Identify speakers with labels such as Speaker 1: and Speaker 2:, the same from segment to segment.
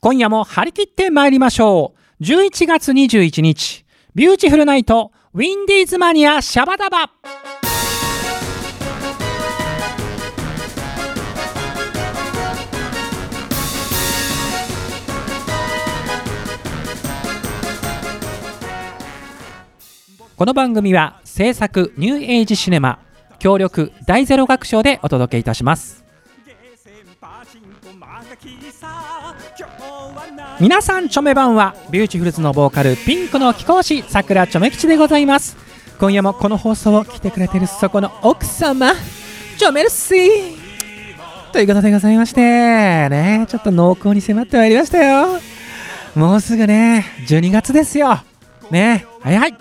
Speaker 1: 今夜も張り切って参りましょう。11月21日、ビューティフルナイト、ウィンディーズマニアシャバダバ。この番組は制作ニューエイジシネマ協力大ゼロ学賞でお届けいたします皆さんチョメ版はビューティフルズのボーカルピンクの貴公子さくらちょめ吉でございます今夜もこの放送を聞いてくれてるそこの奥様チョメルシーということでございましてねちょっと濃厚に迫ってまいりましたよもうすぐね12月ですよね早い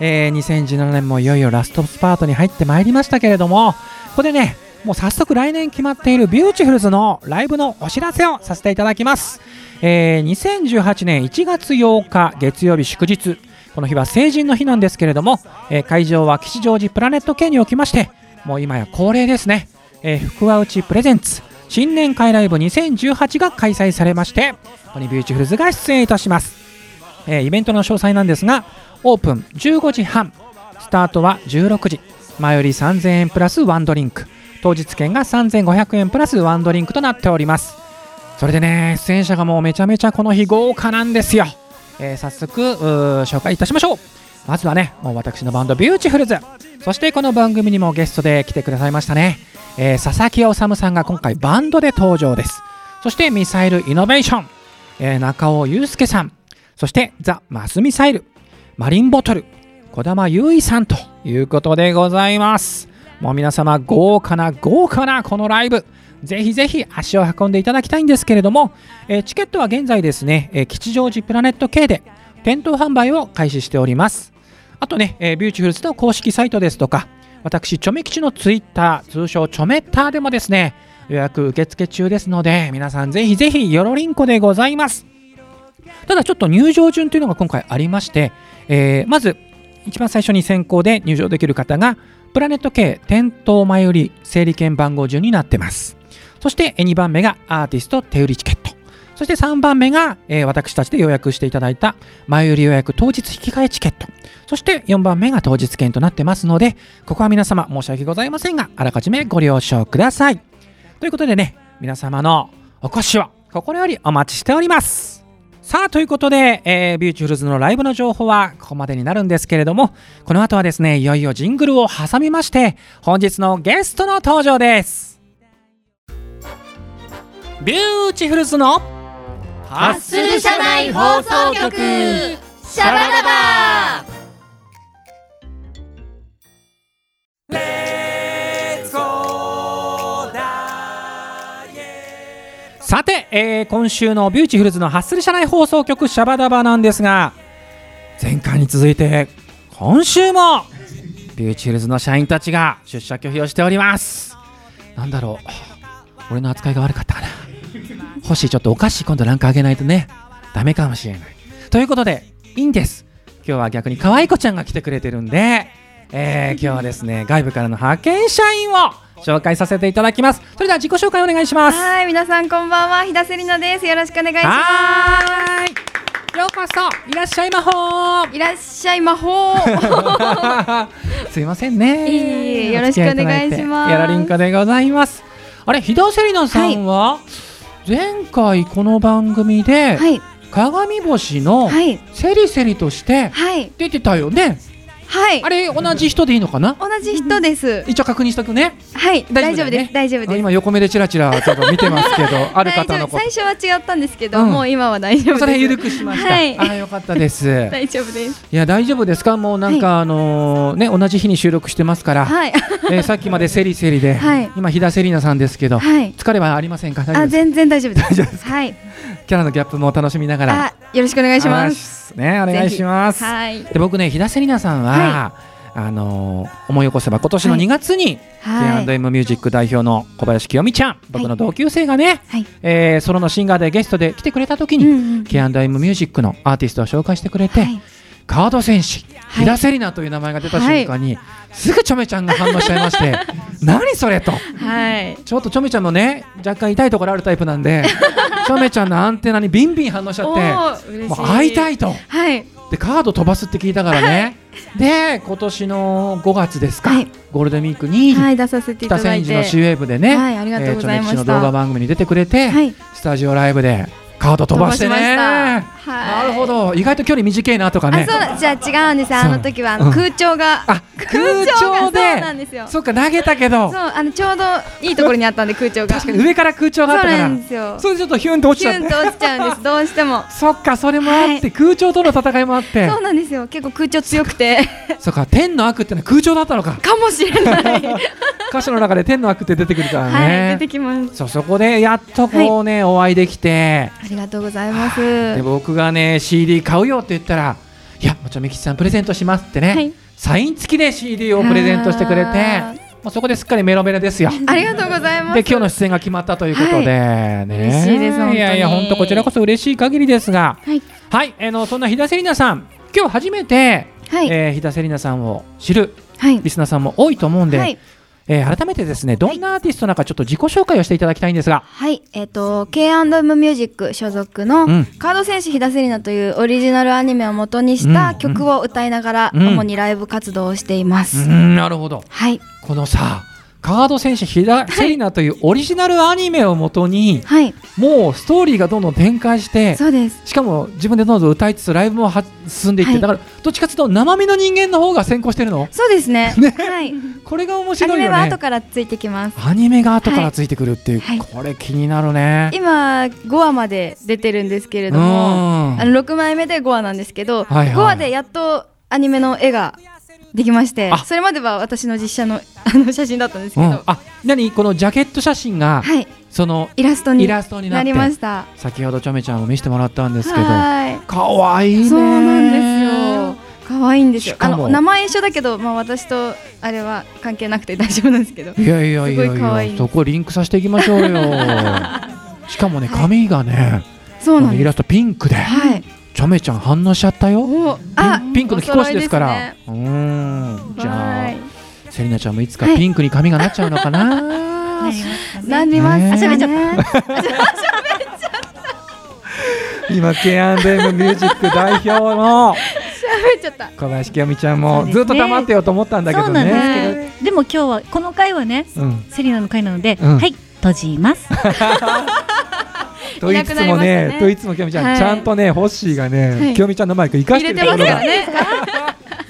Speaker 1: えー2017年もいよいよラストスパートに入ってまいりましたけれどもここでねもう早速来年決まっているビューティフルズのライブのお知らせをさせていただきます、えー2018年1月8日月曜日祝日この日は成人の日なんですけれども、えー会場は吉祥寺プラネット K におきましてもう今や恒例ですね、えー福和内プレゼンツ新年会ライブ2018が開催されましてここにビューティフルズが出演いたしますえーイベントの詳細なんですがオープン15時半スタートは16時前より3000円プラスワンドリンク当日券が3500円プラスワンドリンクとなっておりますそれでね出演者がもうめちゃめちゃこの日豪華なんですよ、えー早速うー紹介いたしましょうまずはねもう私のバンドビューティフルズそしてこの番組にもゲストで来てくださいましたね、えー佐々木修さんが今回バンドで登場ですそしてミサイルイノベーション、えー中尾祐介さんそしてザ・マスミサイル、マリンボトル、児玉優衣さんということでございます。もう皆様豪華な豪華なこのライブ、ぜひぜひ足を運んでいただきたいんですけれども、えーチケットは現在ですね、えー吉祥寺プラネット K で店頭販売を開始しております。あとね、えービューティフルズの公式サイトですとか、私、チョメ吉のツイッター、通称チョメッターでもですね、予約受付中ですので、皆さんぜひぜひよろりんこでございます。ただちょっと入場順というのが今回ありまして、えーまず一番最初に先行で入場できる方がプラネット K 店頭前売り整理券番号順になってますそして2番目がアーティスト手売りチケットそして3番目が、えー私たちで予約していただいた前売り予約当日引き換えチケットそして4番目が当日券となってますのでここは皆様申し訳ございませんがあらかじめご了承くださいということでね皆様のお越しを心よりお待ちしておりますさあということで、えービューチュールズのライブの情報はここまでになるんですけれどもこの後はですねいよいよジングルを挟みまして本日のゲストの登場ですビューチフルズのハ
Speaker 2: ッスル社内放送局シャバダバ
Speaker 1: さて、えー今週のビューティフルズのハッスル社内放送局シャバダバなんですが前回に続いて今週もビューティフルズの社員たちが出社拒否をしておりますなんだろう俺の扱いが悪かったかな星ちょっとお菓子今度なんかあげないとねダメかもしれないということでいいんです今日は逆に可愛い子ちゃんが来てくれてるんで、えー今日はですね外部からの派遣社員を紹介させていただきますそれでは自己紹介お願いします
Speaker 2: はい、皆さんこんばんは、ひだせりなです。よろしくお願いしま
Speaker 1: はーい。ようこそいらっしゃいまほ
Speaker 2: す。いらっしゃい魔法。
Speaker 1: ー。 すいませんね。
Speaker 2: いえいえよろしくお願いします
Speaker 1: やらりんこでございます。あれ、ひだせりなさんは、前回この番組で、
Speaker 2: はい、
Speaker 1: 鏡星の
Speaker 2: はい、
Speaker 1: セリセリとして
Speaker 2: はい、
Speaker 1: 出てたよね。
Speaker 2: はい
Speaker 1: あ。れ同じ人でいいのかな？
Speaker 2: 同じ人です。
Speaker 1: 一応確認しとくね。
Speaker 2: はい、
Speaker 1: 大
Speaker 2: 大
Speaker 1: 丈
Speaker 2: 丈
Speaker 1: 夫だよ
Speaker 2: 夫で
Speaker 1: ね
Speaker 2: す。大丈夫
Speaker 1: あ
Speaker 2: です。
Speaker 1: 今横目でチラチラちょっと見てます けど、ある方のこ
Speaker 2: 大丈夫最初は違ったんですけど、
Speaker 1: うん
Speaker 2: もう今は大丈
Speaker 1: と。
Speaker 2: 夫です。
Speaker 1: それ緩くしました。
Speaker 2: はい
Speaker 1: あーよかったです。
Speaker 2: 大丈夫です。
Speaker 1: いや大丈夫ですかもうなんかあのね同じ日に収録してますから、
Speaker 2: はい、
Speaker 1: えーさっきまでセリセリで、
Speaker 2: はい
Speaker 1: 今飛田セリナさんですけど、
Speaker 2: はい。
Speaker 1: 疲れはありませんか大丈夫
Speaker 2: あ、
Speaker 1: です
Speaker 2: 全然大丈夫です。
Speaker 1: 大丈夫で
Speaker 2: はい。
Speaker 1: キャラのギャップも楽しみながら
Speaker 2: あ、よろしくお願いします。
Speaker 1: すねお願いします
Speaker 2: はい。
Speaker 1: で僕ね飛田セリナさんは、
Speaker 2: は
Speaker 1: あのー思い起こせば今年の
Speaker 2: はい
Speaker 1: 2月に、
Speaker 2: はい。
Speaker 1: J&M ミュージック代表の小林清美ちゃん僕の同級生がね、
Speaker 2: はい
Speaker 1: えーソロのシンガーでゲストで来てくれた時に、
Speaker 2: うんうん
Speaker 1: K&M ミュージックのアーティストを紹介してくれて、
Speaker 2: はい
Speaker 1: カード戦士
Speaker 3: はい
Speaker 1: イラセリナという名前が出た
Speaker 3: はい
Speaker 1: 瞬間に、すぐチョメちゃんが反応しちゃいまして 何それと
Speaker 3: はい
Speaker 1: ちょっとチョメちゃんのね若干痛いところあるタイプなん でチョメちゃんのアンテナにビンビン反応しちゃっ
Speaker 3: おー
Speaker 1: て
Speaker 3: 嬉し
Speaker 1: もう会いた
Speaker 3: い
Speaker 1: いと
Speaker 3: はい
Speaker 1: でカード飛ばすって聞いたからね、で今年の5月ですか、
Speaker 3: はい
Speaker 1: ゴールデンウィークに
Speaker 3: はい出させていた
Speaker 1: 北
Speaker 3: だ
Speaker 1: 千
Speaker 3: い
Speaker 1: 住の
Speaker 3: て
Speaker 1: c ウェーブでね、
Speaker 3: はいありがとうございました
Speaker 1: えーちょめきちの動画番組に出てくれて、
Speaker 3: はい
Speaker 1: スタジオライブでカード飛ばしてね
Speaker 3: 飛ばしましたはい
Speaker 1: なるほど意外と距離短いなとか
Speaker 2: あ、そ
Speaker 1: ね
Speaker 2: うだ、じゃあ違うんです。あの時はあ
Speaker 1: う
Speaker 2: の
Speaker 1: ん
Speaker 2: 空調が、
Speaker 1: あ空調
Speaker 2: 空調がそう
Speaker 1: で
Speaker 2: なんですよ
Speaker 1: そっか投げたけど
Speaker 2: そう、あのちょうどいいところにあったんで空調が。
Speaker 1: 確かに上から空調があったか
Speaker 2: そう
Speaker 1: ら
Speaker 2: なんですよ
Speaker 1: それでちょっとヒュンと落ち
Speaker 2: キ
Speaker 1: ちゃっ
Speaker 2: ュン
Speaker 1: て
Speaker 2: と落ちちゃうんです。どうしても。
Speaker 1: そっかそれもあって、
Speaker 2: は
Speaker 1: 空調との戦いもあって
Speaker 2: そうなんですよ。結構空調強 くて
Speaker 1: そっか天の悪ってのは空調だったのか
Speaker 2: かもしれない。
Speaker 1: 歌詞の中で天の悪って出てくるからね、
Speaker 2: はい、出てきます。
Speaker 1: そうそこでやっとこうね、お会いできて
Speaker 2: ありがとうございます。
Speaker 1: で僕がね CD 買うよって言ったら「いやもちろんみきちさんプレゼントします」ってね、
Speaker 2: はい
Speaker 1: サイン付きで CD をプレゼントしてくれて
Speaker 2: あー
Speaker 1: まあ、そこですっかりメロメロですよ。
Speaker 2: ありがとうございます。
Speaker 1: で今日の出演が決まったということで、ね
Speaker 2: 嬉しいです本当に
Speaker 1: いやいや本当こちらこそ嬉しい限りですが
Speaker 2: はい
Speaker 1: はい、あのそんな日田セリナさん今日初めて、
Speaker 2: はい、
Speaker 1: えー、日田セリナさんを知る
Speaker 2: はい
Speaker 1: リスナーさんも多いと思うんで、
Speaker 2: はい
Speaker 1: えー改めてですねどんなアーティストなのかちょっと自己紹介をしていただきたいんですが、
Speaker 2: はい、えっ、と K&M ミュージック所属の
Speaker 1: うん
Speaker 2: カード戦士ひだせりなというオリジナルアニメを元にし
Speaker 1: う
Speaker 2: た
Speaker 1: ん
Speaker 2: 曲を歌いながら
Speaker 1: うん
Speaker 2: 主にライブ活動をしていま
Speaker 1: う
Speaker 2: す。
Speaker 1: んなるほど
Speaker 2: はい
Speaker 1: このさカード戦士ひだセリナというオリジナルアニメをもとに
Speaker 2: はい、
Speaker 1: もうストーリーがどんどん展開して
Speaker 2: そうです。
Speaker 1: しかも自分でどんどん歌いつつライブもは進んでいって、
Speaker 2: はい
Speaker 1: だからどっちかというと生身の人間の方が先行してるの
Speaker 2: そうですね。
Speaker 1: ね
Speaker 2: はい。
Speaker 1: これが面
Speaker 2: ア
Speaker 1: 白
Speaker 2: ニ
Speaker 1: い
Speaker 2: メ
Speaker 1: よ
Speaker 2: は
Speaker 1: ね
Speaker 2: 後からついてきます。
Speaker 1: アニメが後からついてくるっていう、
Speaker 2: はいはい
Speaker 1: これ気になるね
Speaker 2: 今5話まで出てるんですけれ
Speaker 1: う
Speaker 2: ども、
Speaker 1: ん
Speaker 2: あの6枚目で5話なんですけど、
Speaker 1: はいはい
Speaker 2: 5話でやっとアニメの絵ができまして
Speaker 1: あ、
Speaker 2: それまでは私の実写のあの写真だったんですけ
Speaker 1: う
Speaker 2: ど、
Speaker 1: んあ何このジャケット写真が、
Speaker 2: はい、
Speaker 1: その
Speaker 2: イラスト
Speaker 1: イ
Speaker 2: に
Speaker 1: ラストになっ
Speaker 2: な
Speaker 1: て
Speaker 2: りました。
Speaker 1: 先ほどちょめちゃんを見せてもらったんですけど
Speaker 2: はい。
Speaker 1: かわいいね
Speaker 2: そうなんですよ。可愛いんですよ
Speaker 1: し。
Speaker 2: あ
Speaker 1: かも
Speaker 2: の名前一緒だけど、まあ私とあれは関係なくて大丈夫なんで すけど。
Speaker 1: いやいやいや
Speaker 2: すごい可愛い
Speaker 1: やそこリンクさせていきましょ うよしかもね髪がね、
Speaker 2: そうなん
Speaker 1: イ
Speaker 2: です。
Speaker 1: ラストピンクで
Speaker 2: はい。
Speaker 1: ちょめちゃん反応しちゃったよ
Speaker 2: お、あ、
Speaker 1: ピンクの
Speaker 2: お
Speaker 1: 貴公
Speaker 2: 揃
Speaker 1: 子
Speaker 2: い
Speaker 1: ですから
Speaker 2: ね
Speaker 1: うーんじゃ
Speaker 2: は
Speaker 1: あ
Speaker 2: い
Speaker 1: セリナちゃんもいつか
Speaker 2: はい
Speaker 1: ピンクに髪がなっちゃうのかな、
Speaker 2: なります。
Speaker 1: ね
Speaker 2: あ、喋っちゃった。
Speaker 1: 今 K&M ミュージック代表の
Speaker 2: 喋っちゃった。
Speaker 1: 小林清美ちゃん
Speaker 4: そう
Speaker 1: も
Speaker 4: です
Speaker 1: ず
Speaker 4: ね
Speaker 1: っと黙ってようと思ったんだけ
Speaker 4: そ
Speaker 1: ど
Speaker 4: うなんで
Speaker 1: ね。
Speaker 4: すけど、でも今日はこの回はね、
Speaker 1: うん、
Speaker 4: セリナの回なので、
Speaker 1: うん
Speaker 4: はい閉じます。
Speaker 1: と言いつつも
Speaker 2: いなくなりま
Speaker 1: ね
Speaker 2: したね
Speaker 1: と言いつつも清美ちゃん、
Speaker 2: はい
Speaker 1: ちゃんとねホッシーがね、
Speaker 2: い
Speaker 1: 清美ちゃんのマイク生かし
Speaker 2: 入
Speaker 1: て
Speaker 2: れ
Speaker 1: る
Speaker 2: て
Speaker 1: ところ
Speaker 2: ますよ
Speaker 1: が
Speaker 2: ね。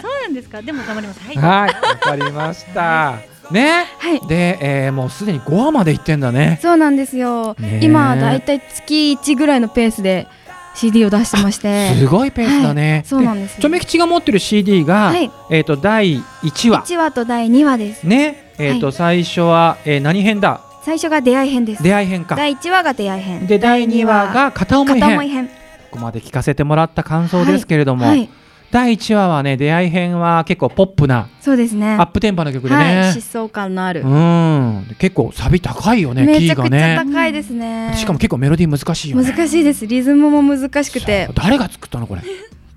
Speaker 4: そうなんですか。でも頑張ります。はい。
Speaker 1: はいわかりましたね
Speaker 2: はい。
Speaker 1: で、えーもうすでに5話まで行ってんだね
Speaker 2: そうなんですよ
Speaker 1: ね。え
Speaker 2: 今だいたい月一ぐらいのペースで CD を出してまして。
Speaker 1: すごいペースだね、
Speaker 2: はいそうなんですよ
Speaker 1: ちょめ吉が持ってる CD が、
Speaker 2: はい
Speaker 1: えっ、と第1話
Speaker 2: 一話と第二話です。
Speaker 1: ねえっ、と、
Speaker 2: は
Speaker 1: 最初は、えー何編だ
Speaker 2: 最初が出会い編です。
Speaker 1: 出会い編か
Speaker 2: 第一話が出会い編。
Speaker 1: で第2話が片思い
Speaker 2: 片
Speaker 1: 編
Speaker 2: 思い編。
Speaker 1: ここまで聞かせてもらった感想ですけれども、
Speaker 2: はい。
Speaker 1: 第1話はね出会い編は結構ポップな
Speaker 2: そうですね。
Speaker 1: アップテンポな曲で
Speaker 2: は
Speaker 1: ね
Speaker 2: い、、疾走感のある。
Speaker 1: うん結構サビ高いよね
Speaker 2: め
Speaker 1: キ
Speaker 2: ち
Speaker 1: ー
Speaker 2: ゃ
Speaker 1: が
Speaker 2: くちゃ
Speaker 1: ね
Speaker 2: 高いですね。
Speaker 1: しかも結構メロディー難しいよね
Speaker 2: 難しいです。リズムも難しくて
Speaker 1: そう、誰が作ったのこれ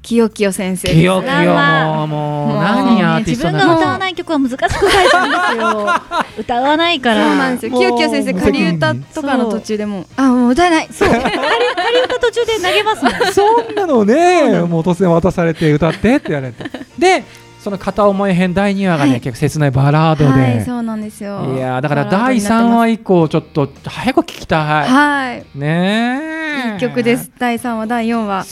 Speaker 2: 清清先生です。
Speaker 1: キヨキヨ
Speaker 4: まあ
Speaker 1: もうもう
Speaker 2: もう
Speaker 1: 何アーティ
Speaker 4: 自
Speaker 1: スト
Speaker 4: 分
Speaker 1: な
Speaker 4: が歌わ
Speaker 1: の
Speaker 4: ない曲は難しく書いた んですよ。歌わないか
Speaker 2: そう
Speaker 4: ら。
Speaker 2: なんですよ。
Speaker 1: もう
Speaker 2: 清清先生
Speaker 1: もう
Speaker 2: 仮歌とかの途中でも、あもう歌えない。そう。
Speaker 4: 仮歌途中で投げますもん。
Speaker 1: そんなのねもう突然渡されて歌ってって言われてでその片思い編第2話がね、
Speaker 2: はい
Speaker 1: 結構切ないバラードで、
Speaker 2: はい、そうなんですよ。
Speaker 1: いやーだから
Speaker 2: バラード
Speaker 1: 第
Speaker 2: になってます
Speaker 1: 3話以降ちょっと早く聞きたい、
Speaker 2: はい。
Speaker 1: ねえ
Speaker 2: いい曲です。第三話、第四話。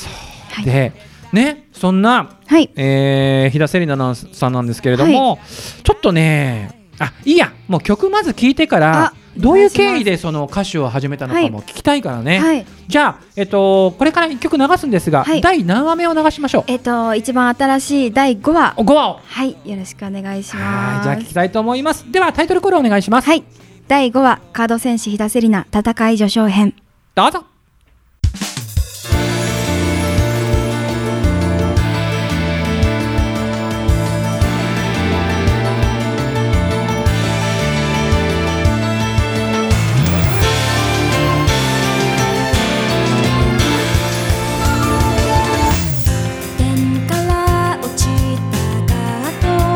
Speaker 2: はい
Speaker 1: でねそんな、
Speaker 2: はい。
Speaker 1: えー、日田セリナなんさんなんですけれども、ちょっとねあいいやもう曲まず聞いてから
Speaker 2: あ
Speaker 1: どういう経
Speaker 2: お願いしま
Speaker 1: 緯
Speaker 2: す
Speaker 1: でその歌手を始めたのかも聞きたいからね、
Speaker 2: はい。
Speaker 1: じゃあ、えっと、これから1曲流すんですが、
Speaker 2: はい
Speaker 1: 第何話目を流しましょう
Speaker 2: えっと一番新しい第五話。
Speaker 1: 5話を
Speaker 2: はい、よろしくお願いし
Speaker 1: は
Speaker 2: ま
Speaker 1: い
Speaker 2: す。
Speaker 1: じゃあ聞きたいと思いますではタイトルコールお願いします、
Speaker 2: はい。第5話、カード戦士ひだせりな戦い序章編。
Speaker 1: どうぞ
Speaker 5: 天から落ちた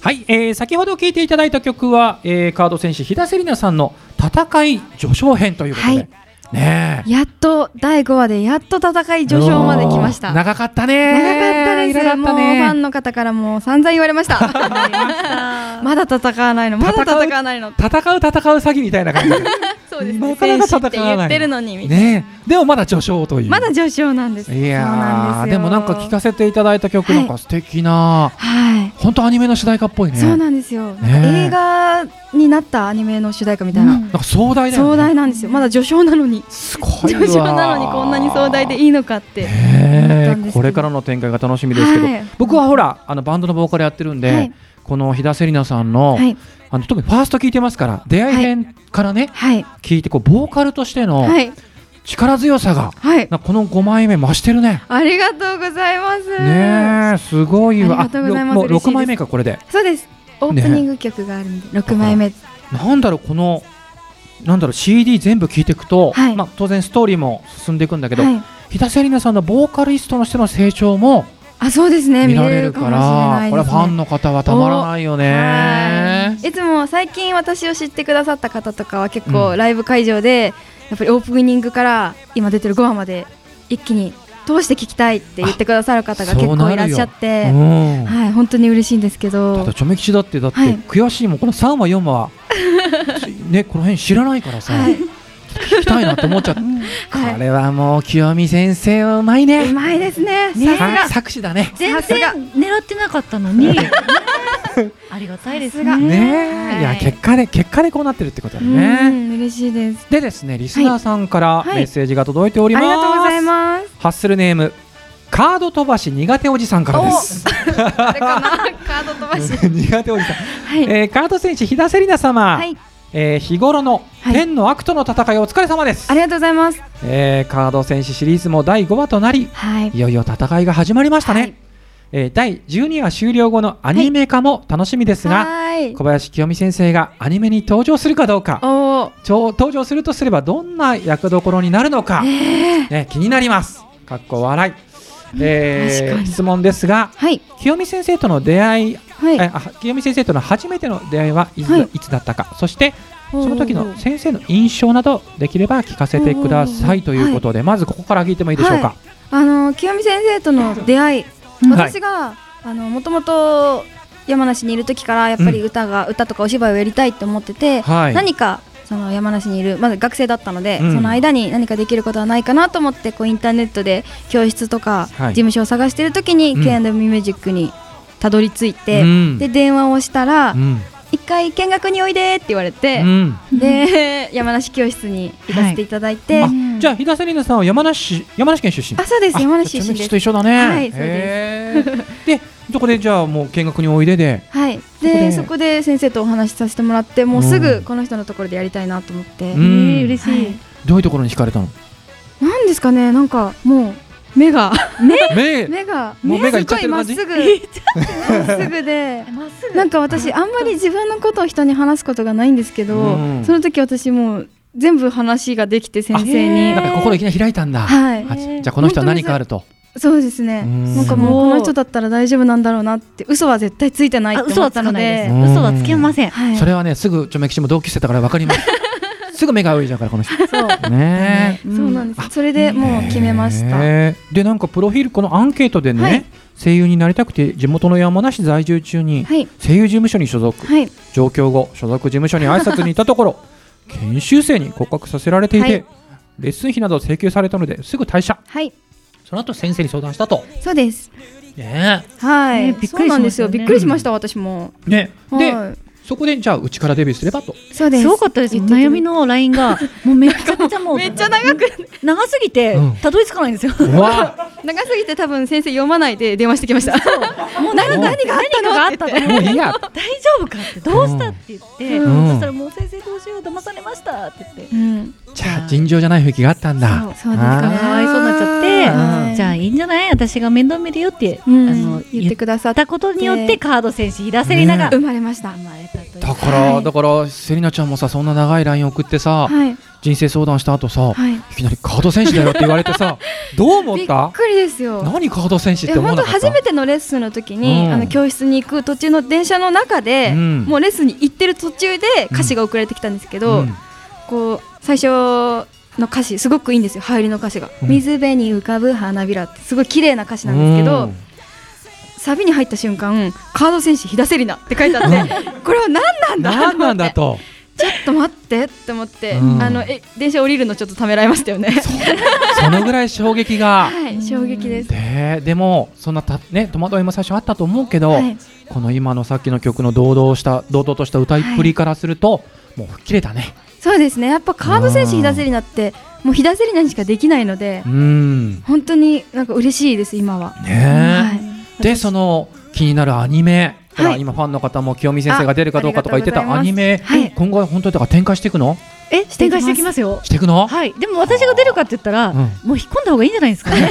Speaker 1: はい、えー先ほど聴いていただいた曲は、えーカード戦士飛田セリナさんの「戦い序章編」ということで、
Speaker 2: はい
Speaker 1: ねえ
Speaker 2: やっと第5話でやっと戦い序章まで来ました。
Speaker 1: おー
Speaker 2: 長か
Speaker 1: 長
Speaker 2: っ
Speaker 1: かったね
Speaker 2: たです。
Speaker 1: いろいろあ
Speaker 2: もうファンの方からもう散々言われ ました。まだ戦わないの。まだ戦わないの。
Speaker 1: 戦う戦う詐欺みたいな感じで
Speaker 2: そうです
Speaker 1: な
Speaker 2: ね。
Speaker 1: かなか
Speaker 2: 戦士
Speaker 1: 戦わない
Speaker 2: って言ってるのにみたいな。
Speaker 1: ねえでもまだ序章という
Speaker 2: まだ序章なんです。
Speaker 1: い
Speaker 2: そう
Speaker 1: や
Speaker 2: な
Speaker 1: ー
Speaker 2: ん
Speaker 1: です
Speaker 2: よ
Speaker 1: もなんか聴かせていただいた曲
Speaker 2: は
Speaker 1: な
Speaker 2: い
Speaker 1: んか素敵な、
Speaker 2: はい。
Speaker 1: 本当アニメの主題歌っぽいね
Speaker 2: そうなんですよ。なんか
Speaker 1: ね
Speaker 2: 映画になったアニメの主題歌みたいな。
Speaker 1: なんか壮大だよね
Speaker 2: 壮大なんですよ。まだ序章なのに。
Speaker 1: すごいわ
Speaker 2: 序章なのにこんなに壮大でいいのかって。思った
Speaker 1: ね
Speaker 2: んですけ
Speaker 1: え
Speaker 2: ど
Speaker 1: これからの展開が楽しみですけど、
Speaker 2: はい
Speaker 1: 僕はほらあのバンドのボーカルやってるんで、
Speaker 2: はい
Speaker 1: この飛田セリナさんの,、
Speaker 2: はい。
Speaker 1: あの特にファースト聞いてますから出会い編からね、
Speaker 2: はい。
Speaker 1: 聞いてこうボーカルとしての
Speaker 2: はい。
Speaker 1: 力強さが、
Speaker 2: はい。
Speaker 1: なんかこの5枚目増してるね。
Speaker 2: ありがとうございます。
Speaker 1: ねえすごいわ
Speaker 2: ありがとうございます
Speaker 1: もう
Speaker 2: 嬉しいです
Speaker 1: 6枚目かこれで
Speaker 2: そうです。オープニング曲があるんで、六枚目。
Speaker 1: なんだろうこのなんだろう CD 全部聞いていくと、
Speaker 2: はい
Speaker 1: まあ、当然ストーリーも進んでいくんだけど、
Speaker 2: はい。
Speaker 1: 飛田セリナさんのボーカリストとしての成長も
Speaker 2: あ、そうですね。
Speaker 1: 見
Speaker 2: 見
Speaker 1: ら
Speaker 2: れ
Speaker 1: れ
Speaker 2: る
Speaker 1: る
Speaker 2: か
Speaker 1: か
Speaker 2: もしれ
Speaker 1: ら、
Speaker 2: ない
Speaker 1: こ
Speaker 2: で
Speaker 1: れ
Speaker 2: す
Speaker 1: フ
Speaker 2: ね。
Speaker 1: ァンの方はたまらないよね。
Speaker 2: はいいつも最近私を知ってくださった方とかは結
Speaker 1: う
Speaker 2: 構
Speaker 1: ん
Speaker 2: ライブ会場で、やっぱりオープニングから今出てる5話まで一気に通して聞きたいって言ってくださる方が結
Speaker 1: そうなる
Speaker 2: 構
Speaker 1: よ
Speaker 2: いらっしゃって、
Speaker 1: うん
Speaker 2: はい本当に嬉しいんですけ
Speaker 1: た
Speaker 2: ど
Speaker 1: だ、チョメ吉だってだって
Speaker 2: はい
Speaker 1: 悔しいもんこの3話4話は ねこの辺知らないからさ、
Speaker 2: はい
Speaker 1: 聞きたいなと思っちゃって、
Speaker 2: はい
Speaker 1: これはもう清美先生はうまいうね。
Speaker 2: まいですね。
Speaker 4: ね
Speaker 2: さ
Speaker 1: さ
Speaker 2: すが。
Speaker 1: 作詞だね。
Speaker 4: 全
Speaker 2: さすが
Speaker 4: 然狙ってなかったの にねありがたいです
Speaker 2: さすが
Speaker 4: ね
Speaker 1: ねえ、い、や結果で結果でこうなってるってことだよね。
Speaker 2: うん嬉しいです。
Speaker 1: でですねリスナーさんから
Speaker 2: はい
Speaker 1: メッセージが届いてお
Speaker 2: あ
Speaker 1: り
Speaker 2: り
Speaker 1: ます。
Speaker 2: がとうございます。
Speaker 1: ハッスルネームカード飛ばし苦手おじさんからです。
Speaker 2: あれかなカード飛ばし。
Speaker 1: 苦手おじさん。
Speaker 2: はい。
Speaker 1: えー、カード選手飛田セリナ様、
Speaker 2: はい
Speaker 1: えー日頃の
Speaker 2: はい
Speaker 1: 天の悪との戦いお疲れ様です、
Speaker 2: ありがとうございます。
Speaker 1: えーカード選手シリーズも第5話となり
Speaker 2: はい。
Speaker 1: いよいよ戦いが始まりましたね、
Speaker 2: はい
Speaker 1: えー第12話終了後のアニメ化も楽しみですが、
Speaker 2: はい。
Speaker 1: 小林清美先生がアニメに登場するかどうか
Speaker 2: おお。
Speaker 1: ちょ登場するとすればどんな役どころになるのか、ね、気になりますかっこ笑い、えー
Speaker 2: 確かに
Speaker 1: 質問ですが
Speaker 2: はい。
Speaker 1: 清美先生との出会い
Speaker 2: はい。
Speaker 1: えあ清美先生との初めての出会いはいつ,、
Speaker 2: はい
Speaker 1: い、つだったかそしてその時
Speaker 2: お
Speaker 1: の
Speaker 2: ー
Speaker 1: 先生の印象などできれば聞かせてくださいということで、まずここから聞いてもいいでしょうか、
Speaker 2: はあの清美先生との出会い、
Speaker 1: うん
Speaker 2: 私があのもともと山梨にいる時からやっぱり歌が、歌とかお芝居をやりたいって思ってて、
Speaker 1: はい
Speaker 2: 何かその山梨にいるまだ学生だったので、
Speaker 1: うん
Speaker 2: その間に何かできることはないかなと思ってこうインターネットで教室とか事
Speaker 1: はい
Speaker 2: 務所を探してる時に、
Speaker 1: うん
Speaker 2: K&M ミュージックにたどり着いて、
Speaker 1: うん
Speaker 2: で電話をしたら
Speaker 1: うん
Speaker 2: 一回見学においでって言われて。
Speaker 1: うん
Speaker 2: で 山梨教室に行かせていただいて、
Speaker 1: あじゃあ飛田セリナさんは山梨市山梨県出身
Speaker 2: あそうです山梨
Speaker 1: あ
Speaker 2: 出
Speaker 1: じゃあちょめ
Speaker 2: 身
Speaker 1: き
Speaker 2: で
Speaker 1: ち
Speaker 2: す
Speaker 1: と一緒だね
Speaker 2: はいそう
Speaker 1: へーでそこでじゃあもう見学においでで
Speaker 2: はい、
Speaker 1: そこで
Speaker 2: でそこで先生とお話しさせてもらってもうす
Speaker 1: う
Speaker 2: ぐ
Speaker 1: ん
Speaker 2: この人のところでやりたいなと思って、
Speaker 1: う
Speaker 4: え
Speaker 1: ん
Speaker 4: ー嬉しい
Speaker 1: どういうところに惹かれたの
Speaker 2: なんですかねなんかもう目が
Speaker 1: 目
Speaker 2: 目が
Speaker 1: もう目がいっちゃってる感
Speaker 2: すごいまっ
Speaker 1: じ
Speaker 2: すぐまっすぐで
Speaker 4: まっすぐ
Speaker 2: なんか私あんまり自分のことを人に話すことがないんですけど、
Speaker 1: うん
Speaker 2: その時私もう全部話ができて先生
Speaker 1: あなん
Speaker 2: に
Speaker 1: か心いきなり開いたんだ、
Speaker 2: はい
Speaker 1: あじゃあこの人は何かあると
Speaker 2: そうですね
Speaker 1: うん
Speaker 2: なんかもうこの人だったら大丈夫なんだろうなって嘘は絶対ついてない
Speaker 4: あ
Speaker 2: って
Speaker 4: 嘘
Speaker 2: 思っ
Speaker 4: は
Speaker 2: た
Speaker 4: つ
Speaker 2: の
Speaker 4: かない
Speaker 2: で
Speaker 4: です嘘はつけません
Speaker 2: はい
Speaker 1: それはねすぐちょめきちも同級生だからわかります すぐ目が合うじゃんからこの人
Speaker 2: そう
Speaker 1: ねえ
Speaker 2: そうなんです。それでもう決めました。はい。
Speaker 1: へーでなんかプロフィールこのアンケートでね、
Speaker 2: はい
Speaker 1: 声優になりたくて地元の山梨在住中に
Speaker 2: はい。
Speaker 1: 声優事務所に所属上京後所属事務所に挨拶に行ったとこ ろ研修生に告白させられていて、
Speaker 2: はい
Speaker 1: レッスン費などを請求されたのですぐ退社
Speaker 2: はい。
Speaker 1: その後先生に相談したと
Speaker 2: そうです。
Speaker 1: ね
Speaker 2: はい。
Speaker 4: ねびっくりしましたね
Speaker 2: そうなんですよ。びっくりしました、私も。
Speaker 1: えねで、
Speaker 2: は
Speaker 1: そこでじゃあうちからデビューすればと
Speaker 2: い、そうです。
Speaker 4: すごかったですよ
Speaker 2: 言ってて
Speaker 4: 悩みのラインがもう めちゃくちゃもう
Speaker 2: めっちゃ長く、
Speaker 4: 長すぎて
Speaker 1: うん
Speaker 4: たどり着かないんですよ
Speaker 1: うわ
Speaker 2: 長すぎて多分先生読まないで電話してきま した。
Speaker 4: もう何が何があったと思って
Speaker 1: もういいや
Speaker 4: 大丈夫かってどうしたって言って、
Speaker 1: うん
Speaker 4: そしたらもう先生どうしよう騙されましたって言って、
Speaker 2: うん。
Speaker 1: じゃあ尋常じゃない雰囲気があったんだ
Speaker 2: そうそうですかね
Speaker 1: あ
Speaker 4: かわいそうになっちゃって、
Speaker 2: はい
Speaker 4: じゃあいいんじゃない私が面倒見るよって、
Speaker 2: うん
Speaker 4: あの
Speaker 2: 言
Speaker 4: 言
Speaker 2: って
Speaker 4: っ
Speaker 2: くださって
Speaker 4: たことによってカード選手ひだせりな
Speaker 1: ね
Speaker 4: が生
Speaker 2: 生まれました。
Speaker 4: まれたとという
Speaker 1: だから、
Speaker 4: はい
Speaker 1: だからセリナちゃんもさそんな長い LINE 送って
Speaker 3: は
Speaker 1: さ、
Speaker 3: い
Speaker 1: 人生相談した後さ、
Speaker 3: はい
Speaker 1: い、きなりカード戦士だよって言われて さどう思
Speaker 3: び
Speaker 1: っ
Speaker 3: ったくりですよ
Speaker 1: 何カード戦士っ
Speaker 3: い
Speaker 1: て
Speaker 3: や
Speaker 1: 思わ
Speaker 3: 本
Speaker 1: な
Speaker 3: 当
Speaker 1: かった
Speaker 3: 初めてのレッスンの時に、
Speaker 1: うん
Speaker 3: あの教室に行く途中の電車の中で、
Speaker 1: うん
Speaker 3: もうレッスンに行ってる途中で歌詞が送られてきたんですけど、
Speaker 1: うん
Speaker 3: こう最初の歌詞すごくいいんですよ入りの歌詞が、
Speaker 1: うん
Speaker 3: 水辺に浮かぶ花びらってすごい綺麗な歌詞なんですけど、
Speaker 1: うん
Speaker 3: サビに入った瞬間カード戦士飛田セリナって書いてあって、 これは何なんだ
Speaker 1: 何なんだと
Speaker 3: ちょっと待ってって思って、
Speaker 1: うん
Speaker 3: あのえ電車降りるのちょっとためらいましたよね。
Speaker 1: そのぐらい衝撃が
Speaker 3: はい、衝撃です。
Speaker 1: ででもそんなた、ね、戸惑いも最初あったと思うけど、
Speaker 3: はい、
Speaker 1: この今のさっきの曲の堂々した堂々とした歌いっぷりからすると、もう吹っ切れたね。
Speaker 3: そうですね。やっぱカード戦士飛田セリナってもう飛田セリナにしかできないので
Speaker 1: う、んね
Speaker 3: 本当になんか嬉しいです今は。
Speaker 1: え
Speaker 3: はい
Speaker 1: でその気になるアニメ、ほら
Speaker 3: はい
Speaker 1: 今ファンの方も清美先生が出るかどうかとか言って
Speaker 3: ああり
Speaker 1: た
Speaker 3: がとうございます
Speaker 1: アニメ、
Speaker 3: はい
Speaker 1: 今後は本当にだから展開していくの
Speaker 4: え展開していきますよ
Speaker 1: していくの、
Speaker 4: はいでも私が出るかって言ったら、
Speaker 1: うん
Speaker 4: もう引っ込んだ方がいいんじゃないですかね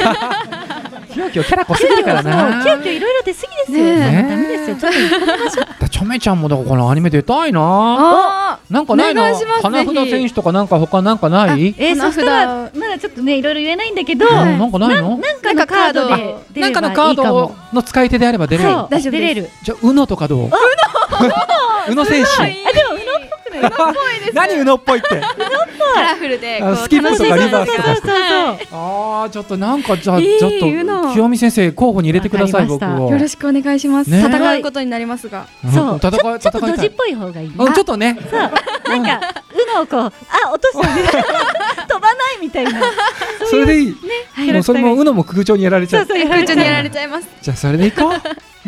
Speaker 1: キラキラキャラ濃すぎるからな
Speaker 4: キャーキャーいろいろ出すぎですよ、
Speaker 1: ねえ
Speaker 4: ダメですよちょっ
Speaker 1: だチョメちゃんもだからこのアニメ出たいな
Speaker 3: あ
Speaker 1: なんかないの
Speaker 3: お願いします
Speaker 1: 花
Speaker 3: ぜ
Speaker 1: 札
Speaker 3: ひ
Speaker 1: 選手とかなんか他なんかない
Speaker 4: とえー、
Speaker 3: 花
Speaker 4: そ
Speaker 3: 札
Speaker 4: したらまだちょっとねいろいろ言えないんだけど、
Speaker 1: うん
Speaker 3: はい
Speaker 1: なんかないの
Speaker 4: なんかのカードで出
Speaker 1: なん
Speaker 4: れ
Speaker 1: か
Speaker 4: ば
Speaker 1: のカ
Speaker 4: い
Speaker 1: ー
Speaker 4: いか
Speaker 1: ド
Speaker 4: も
Speaker 1: の使い手であれば出れる
Speaker 4: そう
Speaker 3: 大丈夫です
Speaker 4: 出れる
Speaker 1: じゃあ、うのとかどううのうの選
Speaker 3: あ、
Speaker 1: 手
Speaker 4: あでもうのっぽくない
Speaker 1: 何うのっぽいって
Speaker 3: カラフルで
Speaker 1: あのスキップとかリバースとかして
Speaker 4: そうそ う
Speaker 1: ああちょっとなんかじゃあ
Speaker 3: いい
Speaker 1: ちょっ
Speaker 3: うの
Speaker 1: と清美先生候補に入れてください
Speaker 4: わ
Speaker 1: 僕
Speaker 4: かりました
Speaker 1: を
Speaker 3: よろしくお願いします。
Speaker 1: ね
Speaker 3: 戦うことになりますが、
Speaker 1: うん
Speaker 4: そう
Speaker 1: 戦い
Speaker 4: ちょっと
Speaker 1: 戦い
Speaker 4: ド
Speaker 1: た
Speaker 4: ジっ
Speaker 1: い
Speaker 4: ぽい方がいい
Speaker 1: うんちょっとね
Speaker 4: なんか、うのをこう、あ、落とした ね飛ばないみたいな。
Speaker 1: それでいいもうそれもうのも空調にやられちゃう
Speaker 4: そうや
Speaker 3: 空中にやられちゃいます。
Speaker 1: じゃあそれでいこう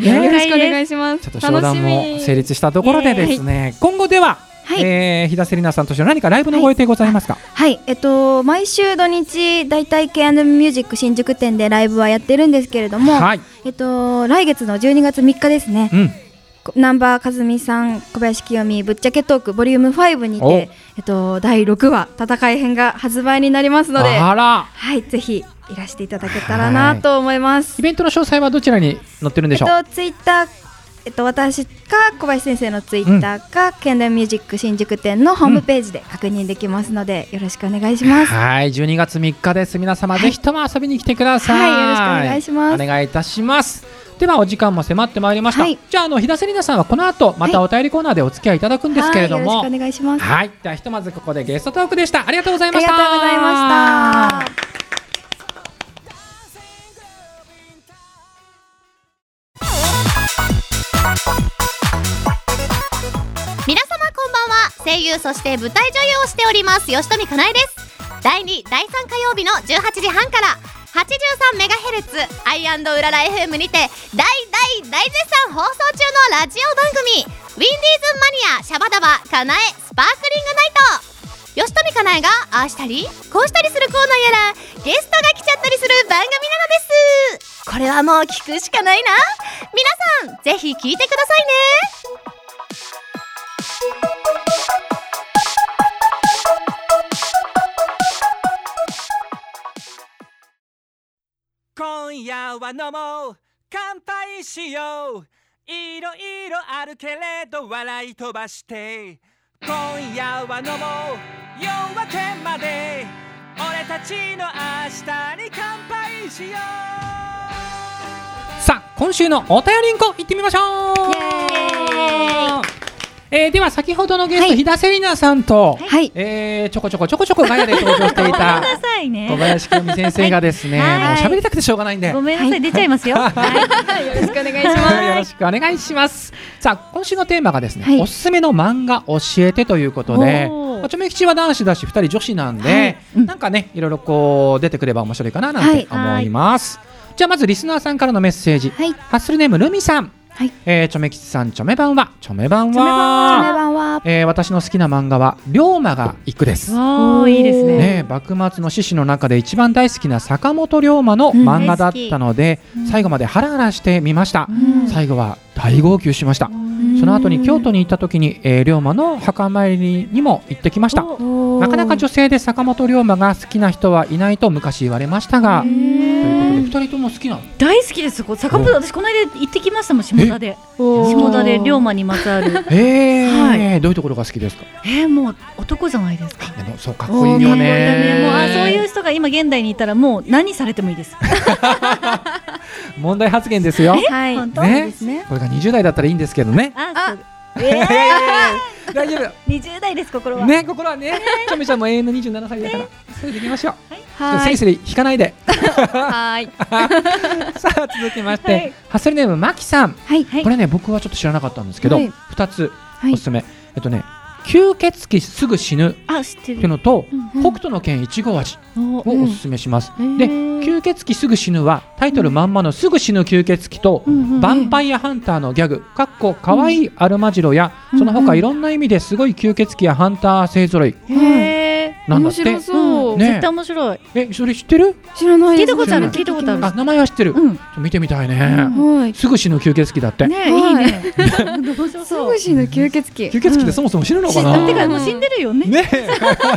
Speaker 3: よ
Speaker 1: ね
Speaker 3: ろしくお願いします。
Speaker 1: ちょっと商談も成立したところでですね今後ではえー飛田セリナさんとしての何かライブのご予定ございますか
Speaker 2: はい、えっと、毎週土日、大体 K&M ミュージック新宿店でライブはやってるんですけれども、
Speaker 1: はい
Speaker 2: えっと、来月の12月3日ですね、
Speaker 1: うん
Speaker 2: ナンバーカズミさん、小林清美、ぶっちゃけトーク、ボリューム5にて、えっと、第6話、戦い編が発売になりますので、
Speaker 1: あら
Speaker 2: はい、ぜひいらしていただけたらなと思います
Speaker 1: イ。ベントの詳細はどちらに載ってるんでしょう
Speaker 2: えっと、ツイッター、えっと、私か小林先生のツイッターか、ケンダミュージック新宿店のホームページで確認できますので、よろしくお願いします。
Speaker 1: はい、12月3日です。皆様、ぜひとも遊びに来てください。
Speaker 2: はいよろしくお願いします
Speaker 1: お願いいたします。では、お時間も迫ってまいりました。
Speaker 2: はい
Speaker 1: じゃあ、あの、日田セリナさんはこの後、またお便りコーナーでお付き合いいただくんですけれども。
Speaker 2: はい、よろしくお願いします。あ
Speaker 1: はい、では、ひとまずここでゲストトークでした。ありがとうございま
Speaker 2: り
Speaker 1: し
Speaker 2: が
Speaker 1: た。
Speaker 2: とうございました。
Speaker 5: 皆様こんばんは声優そして舞台女優をしております吉富かなえです第2第3火曜日の18時半から 83MHz アイウララ FM にて大大大絶賛放送中のラジオ番組「ウィンディーズマニアシャバダバかなえスパークリングナイト」吉富かなえがああしたりこうしたりするコーナーやらゲストが来ちゃったりする番組なのですこれはもう聞くしかないな皆さんぜひ聞いてくださいね
Speaker 6: 今夜は飲もう乾杯しよういろいろあるけれど笑い飛ばして今夜は飲もう夜明けまで俺たちの明日に乾杯しよ
Speaker 1: さあ今週のお便りんこ行ってみましょうえーでは先ほどのゲスト、日田セリナさんと、
Speaker 3: はい
Speaker 1: えーちょこちょこちょこちょこガヤで登場してい
Speaker 4: ごめ
Speaker 1: た
Speaker 4: んなさい
Speaker 1: 小
Speaker 4: ね。
Speaker 1: 林清美先生がですね、
Speaker 4: はい
Speaker 1: もう喋りたくてしょうがないんで、
Speaker 4: ごめんなさい、出ちゃいますよ。はい
Speaker 3: よろしくお願いします。
Speaker 1: よろしくお願いします。さあ、今週のテーマがですね、
Speaker 3: はい
Speaker 1: おすすめの漫画教えてということで。
Speaker 4: おー
Speaker 1: まあちょめきちは男子だし、二人女子なんで、
Speaker 4: うん
Speaker 1: なんかね、いろいろこう出てくれば面白いかななんて
Speaker 4: はい
Speaker 1: 思います。じゃあまずリスナーさんからのメッセージ、
Speaker 2: はい
Speaker 1: ハッスルネームルミさん、
Speaker 2: はい
Speaker 1: えー、ちょめきちさんちょめ版はちょめ版
Speaker 4: ちょめ
Speaker 1: は
Speaker 4: 版
Speaker 2: こんばんは。
Speaker 1: えー私の好きな漫画は龍馬が行く です。
Speaker 4: わーいいですね。
Speaker 1: ね、幕末の志士の中で一番大好きな坂本龍馬の漫画だったので、最後までハラハラしてみました、
Speaker 4: ん
Speaker 1: 最後は大号泣しました、その後に京都に行った時に、えー龍馬の墓参りにも行ってきましたなかなか女性で坂本龍馬が好きな人はいないと昔言われましたが、ということで二人とも好き なの
Speaker 4: 大好きですそこ坂本
Speaker 1: お
Speaker 4: 私この間行ってきましたもん下田で下田で龍馬にまつわる
Speaker 1: えー
Speaker 4: は
Speaker 1: どういうところが好きですか
Speaker 4: えーもう男じゃないですか
Speaker 1: でもそうかっこいいよね
Speaker 4: もうあそういう人が今現代にいたらもう何されてもいいです
Speaker 1: 問題発言ですよ
Speaker 2: はい
Speaker 4: 本当
Speaker 1: ね
Speaker 2: ね
Speaker 1: これが20代だったらいいんですけど ね
Speaker 4: あそう
Speaker 1: い
Speaker 4: え
Speaker 1: やい
Speaker 4: ー
Speaker 1: やいや大丈
Speaker 4: 20代です心
Speaker 1: 夫
Speaker 4: は
Speaker 1: ね心はねちょめちゃんも永遠の27歳だからそれでいきましょうちょっと
Speaker 2: は
Speaker 1: セ
Speaker 2: い
Speaker 1: リセリ引かないで
Speaker 3: はい。
Speaker 1: さあ続きまし
Speaker 4: は
Speaker 1: て
Speaker 4: い
Speaker 1: ハッスルネームマキさん
Speaker 2: はい
Speaker 1: これね僕はちょっと知らなかったんですけど
Speaker 2: はい
Speaker 1: 2つ
Speaker 2: い
Speaker 1: おすすめえっとね吸血鬼すぐ死ぬっ
Speaker 4: あ知って
Speaker 1: ていう
Speaker 4: る
Speaker 1: のと
Speaker 4: うん
Speaker 1: 北斗の剣いちご味
Speaker 4: お
Speaker 1: をおすすめします
Speaker 4: うん
Speaker 1: で
Speaker 4: へー
Speaker 1: 吸血鬼すぐ死ぬはタイトルまんまのすぐ死ぬ吸血鬼と
Speaker 4: うんうんうん
Speaker 1: ヴァンパイアハンターのギャグかっこかわいいアルマジロやその他いろんな意味ですごい吸血鬼やハンター勢揃い
Speaker 4: へえ
Speaker 1: なんだ
Speaker 3: 面
Speaker 1: って
Speaker 3: 白そう。
Speaker 1: ね
Speaker 4: 絶対面白い
Speaker 1: えそれ知ってる
Speaker 3: 知らない
Speaker 4: 聞
Speaker 3: です
Speaker 4: いたことある
Speaker 1: 知
Speaker 4: 聞いたことある
Speaker 1: あ名前は知ってる
Speaker 4: うん
Speaker 1: 見てみたい
Speaker 4: うん
Speaker 1: ね
Speaker 3: はい。
Speaker 1: すぐ死ぬ吸血鬼だって
Speaker 4: ね
Speaker 3: はいい
Speaker 4: いね面白
Speaker 3: す
Speaker 4: そう
Speaker 3: ぐ死ぬ吸血鬼。
Speaker 1: 吸血鬼ってそもそも死ぬのか
Speaker 4: 死ん
Speaker 1: な
Speaker 4: だてかもう死んでるよね
Speaker 1: ね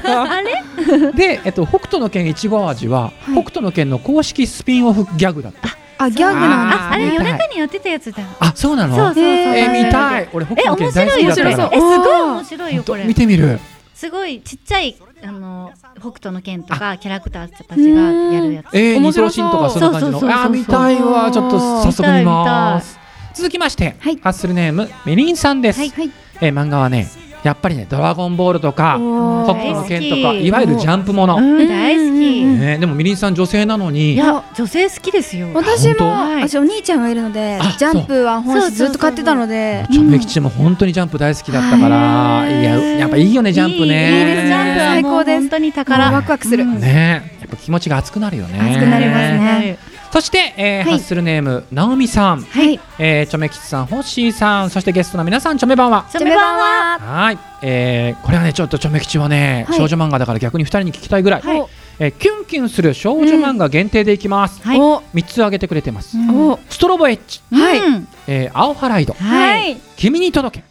Speaker 4: あれ
Speaker 1: で、えっと、北斗の拳いちご味は、
Speaker 2: はい
Speaker 1: 北斗の拳の公式スピンオフギャグだった
Speaker 2: あギャグなん
Speaker 1: だ
Speaker 4: ああれ夜中にやってたやつだ
Speaker 1: あそうなの
Speaker 4: そうそうそう
Speaker 1: えー
Speaker 2: へー
Speaker 1: 見たい俺北
Speaker 4: え
Speaker 1: 斗の
Speaker 4: 面
Speaker 1: 拳大好
Speaker 4: 白い
Speaker 1: き
Speaker 4: よ
Speaker 1: だった
Speaker 4: それ
Speaker 1: から
Speaker 4: えすごい面白い
Speaker 1: ほん
Speaker 4: よ
Speaker 1: と
Speaker 4: これ
Speaker 1: 見てみる
Speaker 4: すごいちっちゃいあの北斗の拳とかキャラクターたちがやるやつ
Speaker 1: えー、二
Speaker 3: 面
Speaker 1: 等
Speaker 3: 白
Speaker 1: 身
Speaker 3: そう
Speaker 1: とかそんな感じの
Speaker 4: そうそうそうそう
Speaker 1: あー見たいわちょっと早速見ます続きまして、
Speaker 2: はい
Speaker 1: ハッスルネームみりんさんです、
Speaker 2: はいはい
Speaker 1: えー漫画はねやっぱりね「ドラゴンボール」とか「北
Speaker 4: ー
Speaker 1: 斗の拳」と
Speaker 4: 大
Speaker 1: か
Speaker 4: 好き
Speaker 1: いわゆるジャンプもの、
Speaker 4: うん大好き
Speaker 2: うんうんうん
Speaker 1: ね、でもみりんさん女性なの
Speaker 4: い
Speaker 1: に
Speaker 4: や女性好きですよ
Speaker 2: 私
Speaker 1: 本当
Speaker 2: も
Speaker 4: はい
Speaker 2: 私お兄ちゃんがいるので
Speaker 1: あ
Speaker 2: ジャンプは本
Speaker 4: そう
Speaker 2: 誌ずっと買ってたので
Speaker 1: ちょめ吉も本当にジャンプ大好きだったから、
Speaker 4: うん
Speaker 1: いややっぱいいよねジャンプね
Speaker 4: いいですジャンプはも
Speaker 2: 最
Speaker 4: う
Speaker 2: 高です
Speaker 4: 本当に宝
Speaker 2: ワクワクする
Speaker 4: うん
Speaker 1: ねえやっぱ気持ちが熱くなるよね
Speaker 2: 熱くなりますね
Speaker 1: そして、えー
Speaker 2: はい
Speaker 1: ハッスルネームなおみさん、
Speaker 2: はい
Speaker 1: えー、チョメ吉さんホッシーさんそしてゲストの皆さんチョメ版は
Speaker 4: チョメ版は
Speaker 1: はい、えー、これはねちょっとチョメ吉はね、
Speaker 2: はい
Speaker 1: 少女漫画だから逆に二人に聞きたいぐらい、
Speaker 4: はい
Speaker 1: えーキュンキュンする少女漫画限定でいきます、
Speaker 4: はい
Speaker 3: お
Speaker 1: 三つ挙げてくれてます、
Speaker 4: うん
Speaker 3: お
Speaker 1: ストロボエッジ、
Speaker 3: はい
Speaker 4: うん
Speaker 1: えー、青ハライド
Speaker 4: はい
Speaker 1: 君に届け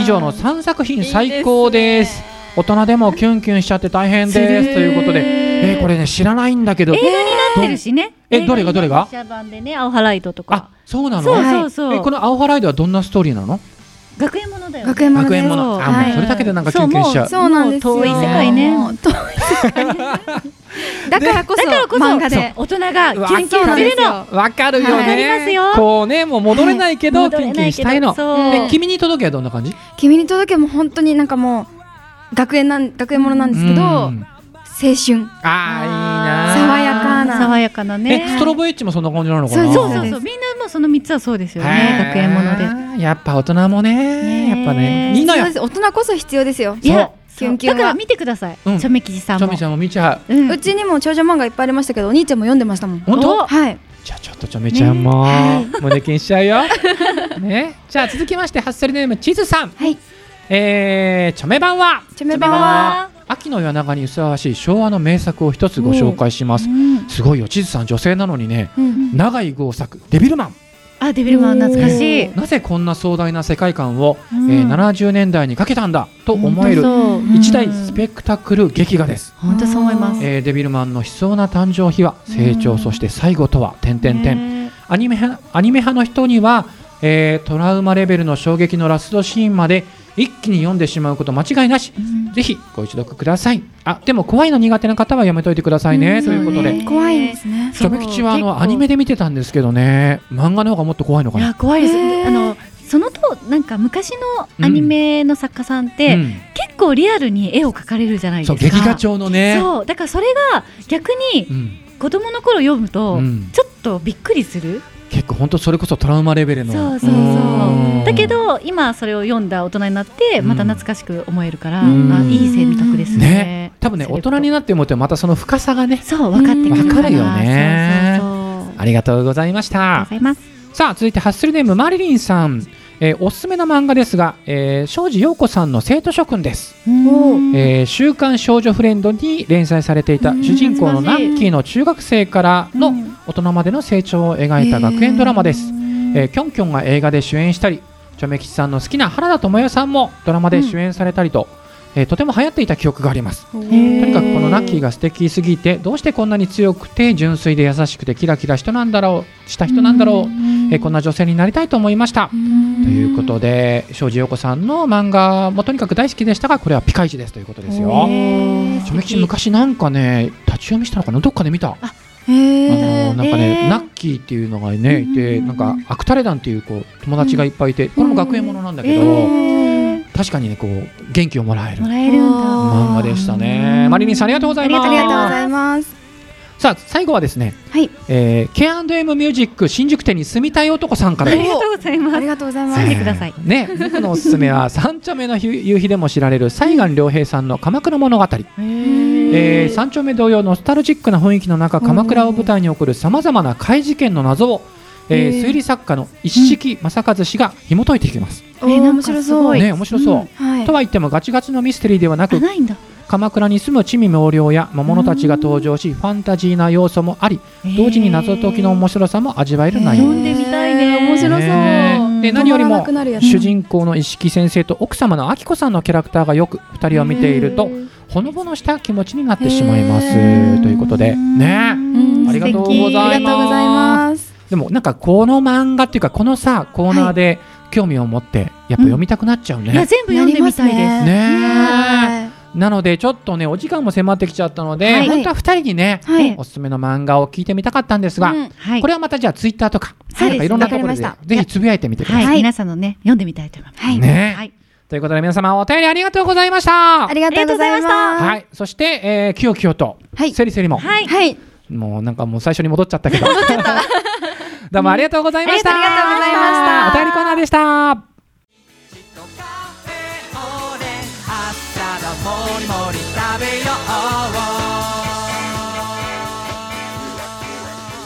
Speaker 1: 以上の三作品最高です大人でもキュンキュンしちゃって大変ですということで、えー、これね知らないんだけど
Speaker 4: 映画になってるしね
Speaker 1: えどれがどれが
Speaker 4: 映画に版でね青ハライトと
Speaker 1: あ
Speaker 4: か
Speaker 1: そうなの
Speaker 4: そうそうそ
Speaker 1: えこ
Speaker 4: う
Speaker 1: の青ハライドはどんなストーリーなの
Speaker 4: 学園ものだよね
Speaker 2: 学園もの
Speaker 1: 学
Speaker 2: で
Speaker 1: 園
Speaker 2: す
Speaker 1: ものあ、
Speaker 2: はい
Speaker 1: もうそれだけでなんかキュンキュンしちゃう
Speaker 4: そ
Speaker 2: そうなんですよ
Speaker 4: もう遠い世界ね
Speaker 2: もう遠い世 界だからこそ
Speaker 4: だからこそ
Speaker 2: 漫画で
Speaker 4: 大人が
Speaker 1: うわ
Speaker 4: キュンキュンするの
Speaker 1: わかるよ
Speaker 4: わかります
Speaker 1: ね
Speaker 4: よ
Speaker 1: こうねもう戻れないけど
Speaker 4: 戻
Speaker 1: キュ
Speaker 4: れ
Speaker 1: ンキュ
Speaker 4: な
Speaker 1: ン
Speaker 4: い
Speaker 1: し
Speaker 4: け
Speaker 1: たいの
Speaker 4: どそう
Speaker 1: で君に届けはどんな感じ
Speaker 2: 君に届けも本当になんかもう学園なん学園ものなんですけど
Speaker 1: う
Speaker 2: 青
Speaker 1: ん
Speaker 2: 春
Speaker 1: あーいいな
Speaker 2: 爽やかな
Speaker 4: 爽やかな
Speaker 1: えス
Speaker 4: ね
Speaker 1: トロボエッジもそんな感じなのかな
Speaker 2: そう
Speaker 4: そうそう
Speaker 2: です
Speaker 4: そうみんなもうその三つはそうですよね
Speaker 1: へー
Speaker 4: 学園もので
Speaker 1: やっぱ大人もね
Speaker 4: ね
Speaker 1: やっぱねみんな
Speaker 2: 必
Speaker 1: よ
Speaker 2: 要です大人こそ必要ですよ
Speaker 4: いや
Speaker 2: そう
Speaker 4: そ
Speaker 2: キュ
Speaker 4: う
Speaker 2: ンキュ
Speaker 4: だ
Speaker 2: ン
Speaker 4: か
Speaker 2: は
Speaker 4: ら見てくださいチ
Speaker 1: うん
Speaker 4: ョメ吉さん
Speaker 1: ちょ
Speaker 4: も
Speaker 1: みちゃんも見ちゃう
Speaker 4: うん
Speaker 2: うちにも長女漫画いっぱいありましたけどお兄ちゃんも読んでましたもん
Speaker 1: 本当
Speaker 4: お
Speaker 2: はい
Speaker 1: じゃあちょっとちょみちゃんも、胸キュンしちゃうよ。ね、じゃあ続きましてハッスルネームチズさん。
Speaker 2: はい
Speaker 1: えー、チョメ版は
Speaker 2: チョメ版は
Speaker 1: 秋の夜長にふさわしい昭和の名作を一つご紹介します。
Speaker 4: うん
Speaker 1: すごいよ、チズさん女性なのにね、
Speaker 2: うん
Speaker 1: 永井豪作デビルマン。
Speaker 4: あデビルマン懐かしい
Speaker 1: なぜこんな壮大な世界観を、
Speaker 4: うん
Speaker 1: えー70年代にかけたんだと思える
Speaker 4: 本
Speaker 1: 一大スペクタクル劇画です。
Speaker 4: 本当そう思います
Speaker 1: えーデビルマンの悲壮な誕生秘話、成長、そして最後とは、点々点。
Speaker 4: ね
Speaker 1: アニメ派アニメ派の人には、えートラウマレベルの衝撃のラストシーンまで一気に読んでしまうこと間違いなし、ぜひご一読くださいあでも怖いの苦手な方はやめといてくださいね、ということ
Speaker 4: そう
Speaker 1: で
Speaker 4: ね
Speaker 2: 怖いんですね
Speaker 1: ジョブ吉はあ
Speaker 4: 結
Speaker 1: の
Speaker 4: 構
Speaker 1: アニメで見てたんですけどね漫画の方がもっと怖いのか
Speaker 4: い
Speaker 1: な
Speaker 4: や怖いです
Speaker 2: へー
Speaker 4: あのそのとなんか昔のアニメの作家さんって、
Speaker 1: うん
Speaker 4: 結構リアルに絵を描かれるじゃないです
Speaker 1: そう
Speaker 4: か
Speaker 1: 劇画調のね
Speaker 4: そうだからそれが逆に
Speaker 1: うん
Speaker 4: 子供の頃読むと、
Speaker 1: うん
Speaker 4: ちょっとびっくりする
Speaker 1: 結構本当それこそトラウマレベルの
Speaker 4: そうそうそう
Speaker 1: ーん
Speaker 4: だけど今それを読んだ大人になってまた懐かしく思えるから、
Speaker 1: うん
Speaker 4: あいい選択ですね
Speaker 1: ね多分ね
Speaker 4: セ
Speaker 1: 大
Speaker 4: レクト
Speaker 1: 人になって思ってまたその深さがね
Speaker 4: そう分かってくる
Speaker 1: わ
Speaker 4: から
Speaker 1: かるよね
Speaker 4: そうそうそうあり
Speaker 1: ありがとうございました
Speaker 4: がとうございます
Speaker 1: さあ続いてハッスルネームマリリンさん、えーおすすめの漫画ですが、えー庄司陽子さんの生徒諸君です、
Speaker 4: うん
Speaker 1: えー週刊少女フレンドに連載されていた主人公のナッキーの中学生から
Speaker 4: う
Speaker 1: の
Speaker 4: ん
Speaker 1: 大人までの成長を描いた学園ドラマです、えーキョンキョンが映画で主演したりチョメ吉さんの好きな原田知世さんもドラマで主演されたりと、えーとても流行っていた記憶がありますとにかくこのナッキーが素敵すぎてどうしてこんなに強くて純粋で優しくてキラキラ人なんだろうした人なんだろう、えーこんな女性になりたいと思いましたということで庄司陽子さんの漫画もとにかく大好きでしたがこれはピカイチですということですよ。ちょめき昔なんかね立ち読みしたのかなどっかで見た。あのなんかね、ナッキーっていうのがねいてなんかアクタレ団っていうこう友達がいっぱいいてこれも学園ものなんだけど、確かにねこう元気をもらえる
Speaker 4: もらえるんだ。
Speaker 1: 漫画でしたねマリリンさんありがとうございます
Speaker 2: ありがとうございます。
Speaker 1: さあ最後はですね、
Speaker 2: はい
Speaker 1: えー、K&M ミュージック新宿店に住みたい男さんから
Speaker 4: あ
Speaker 1: です
Speaker 4: りがとうございま
Speaker 2: あ
Speaker 4: す
Speaker 2: り。がとうございます。
Speaker 4: 住んでください
Speaker 1: えーね、僕のおすすめは三丁目の夕日でも知られる西岸良平さんの鎌倉物語。えー三丁目同様ノスタルジックな雰囲気の中、鎌倉を舞台に起こるさまざまな怪事件の謎を。えー推理作家の一色正和氏が紐解いていきます。
Speaker 2: おー
Speaker 4: えーなん
Speaker 2: 面
Speaker 4: か
Speaker 2: 白
Speaker 4: す
Speaker 2: そう。
Speaker 4: ごい
Speaker 1: ね、面白そう。
Speaker 2: はい
Speaker 1: と。は言ってもガチガチのミステリーではな
Speaker 4: あ
Speaker 1: く
Speaker 4: ないんだ。
Speaker 1: 鎌倉に住む地味猛量や魔物たちが登場しファンタジーな要素もあり同時に謎解きの面白さも味わえる内容
Speaker 4: 読んでみたいね。
Speaker 3: 面白そう
Speaker 1: ねで
Speaker 3: 止ま
Speaker 1: 何より
Speaker 3: らな
Speaker 1: も
Speaker 3: くなるやつ
Speaker 1: 主人公の石木先生と奥様の明子さんのキャラクターがよく2人を見ているとほのぼのした気持ちになってしまいますということでね
Speaker 4: うん
Speaker 1: ありがとうご
Speaker 2: あ
Speaker 1: ざい
Speaker 2: りがとうござい
Speaker 1: ま
Speaker 2: ます。
Speaker 1: すでもなんかこの漫画っていうかこのさコーナーで興味を持ってやっぱ読みたくなっちゃうね、
Speaker 4: いや全部読んでみたいです。
Speaker 1: ね
Speaker 2: は
Speaker 1: なのでちょっとねお時間も迫ってきちゃったので、
Speaker 4: はい
Speaker 1: 本当は2人にね、
Speaker 2: い。はい。
Speaker 1: おすすめの漫画を聞いてみたかったんですが、
Speaker 2: うん
Speaker 4: はい
Speaker 1: こ。れはまたじゃあツイッターとか,、
Speaker 4: そうで
Speaker 1: なん
Speaker 4: すね
Speaker 1: かいろんなところで
Speaker 2: わか
Speaker 1: ぜひつぶやいてみてください。
Speaker 4: はい。皆さんのね読んでみたいと思います。
Speaker 2: はい。
Speaker 1: ね
Speaker 4: はい。
Speaker 1: ということで皆様お便りありがとうございました
Speaker 2: あ。りがとうございました。
Speaker 1: はい、そして、えー、きよきよと、
Speaker 2: はい
Speaker 1: セリセリも、
Speaker 4: はい。
Speaker 2: はい。
Speaker 1: もうなんかもう最初に戻っちゃったけ ど。どうもありがとうございました。
Speaker 2: ありがとうございました
Speaker 1: お便りコーナーでした。
Speaker 6: とカフェオレ朝だもりもり食べよ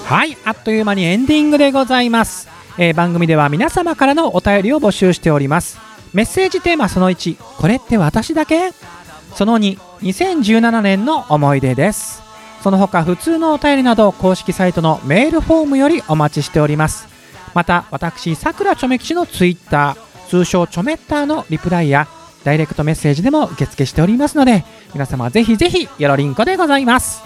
Speaker 1: はい、あっという間にエンディングでございます、えー番組では皆様からのお便りを募集しておりますメッセージテーマその1これって私だけその22017年の思い出ですその他普通のお便りなど公式サイトのメールフォームよりお待ちしておりますまた私さくらちょめ吉のツイッター通称ちょめッターのリプライやダイレクトメッセージでも受付しておりますので皆様ぜひぜひよろりんこでございます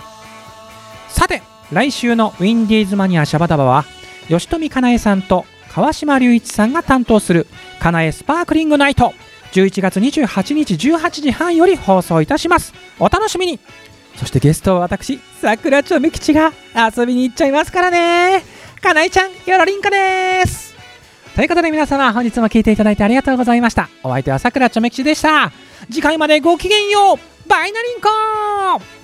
Speaker 1: さて来週のウィンディーズマニアシャバダバは吉富かなえさんと川島隆一さんが担当するかなえスパークリングナイト11月28日18時半より放送いたしますお楽しみにそしてゲストは私桜町美吉が遊びに行っちゃいますからねかなえちゃんよろりんこですということで皆様本日も聞いていただいてありがとうございましたお相手は桜町美吉でした次回までごきげんようバイナリンコ